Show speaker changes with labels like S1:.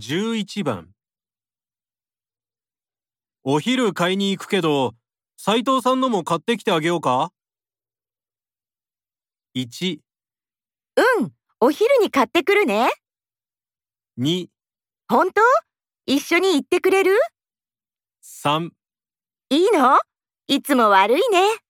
S1: 11番お昼買いに行くけど、斉藤さんのも買ってきてあげようか ?1、
S2: うん、お昼に買ってくるね。
S1: 2、
S2: 本当一緒に行ってくれる
S1: 3
S2: いいのいつも悪いね。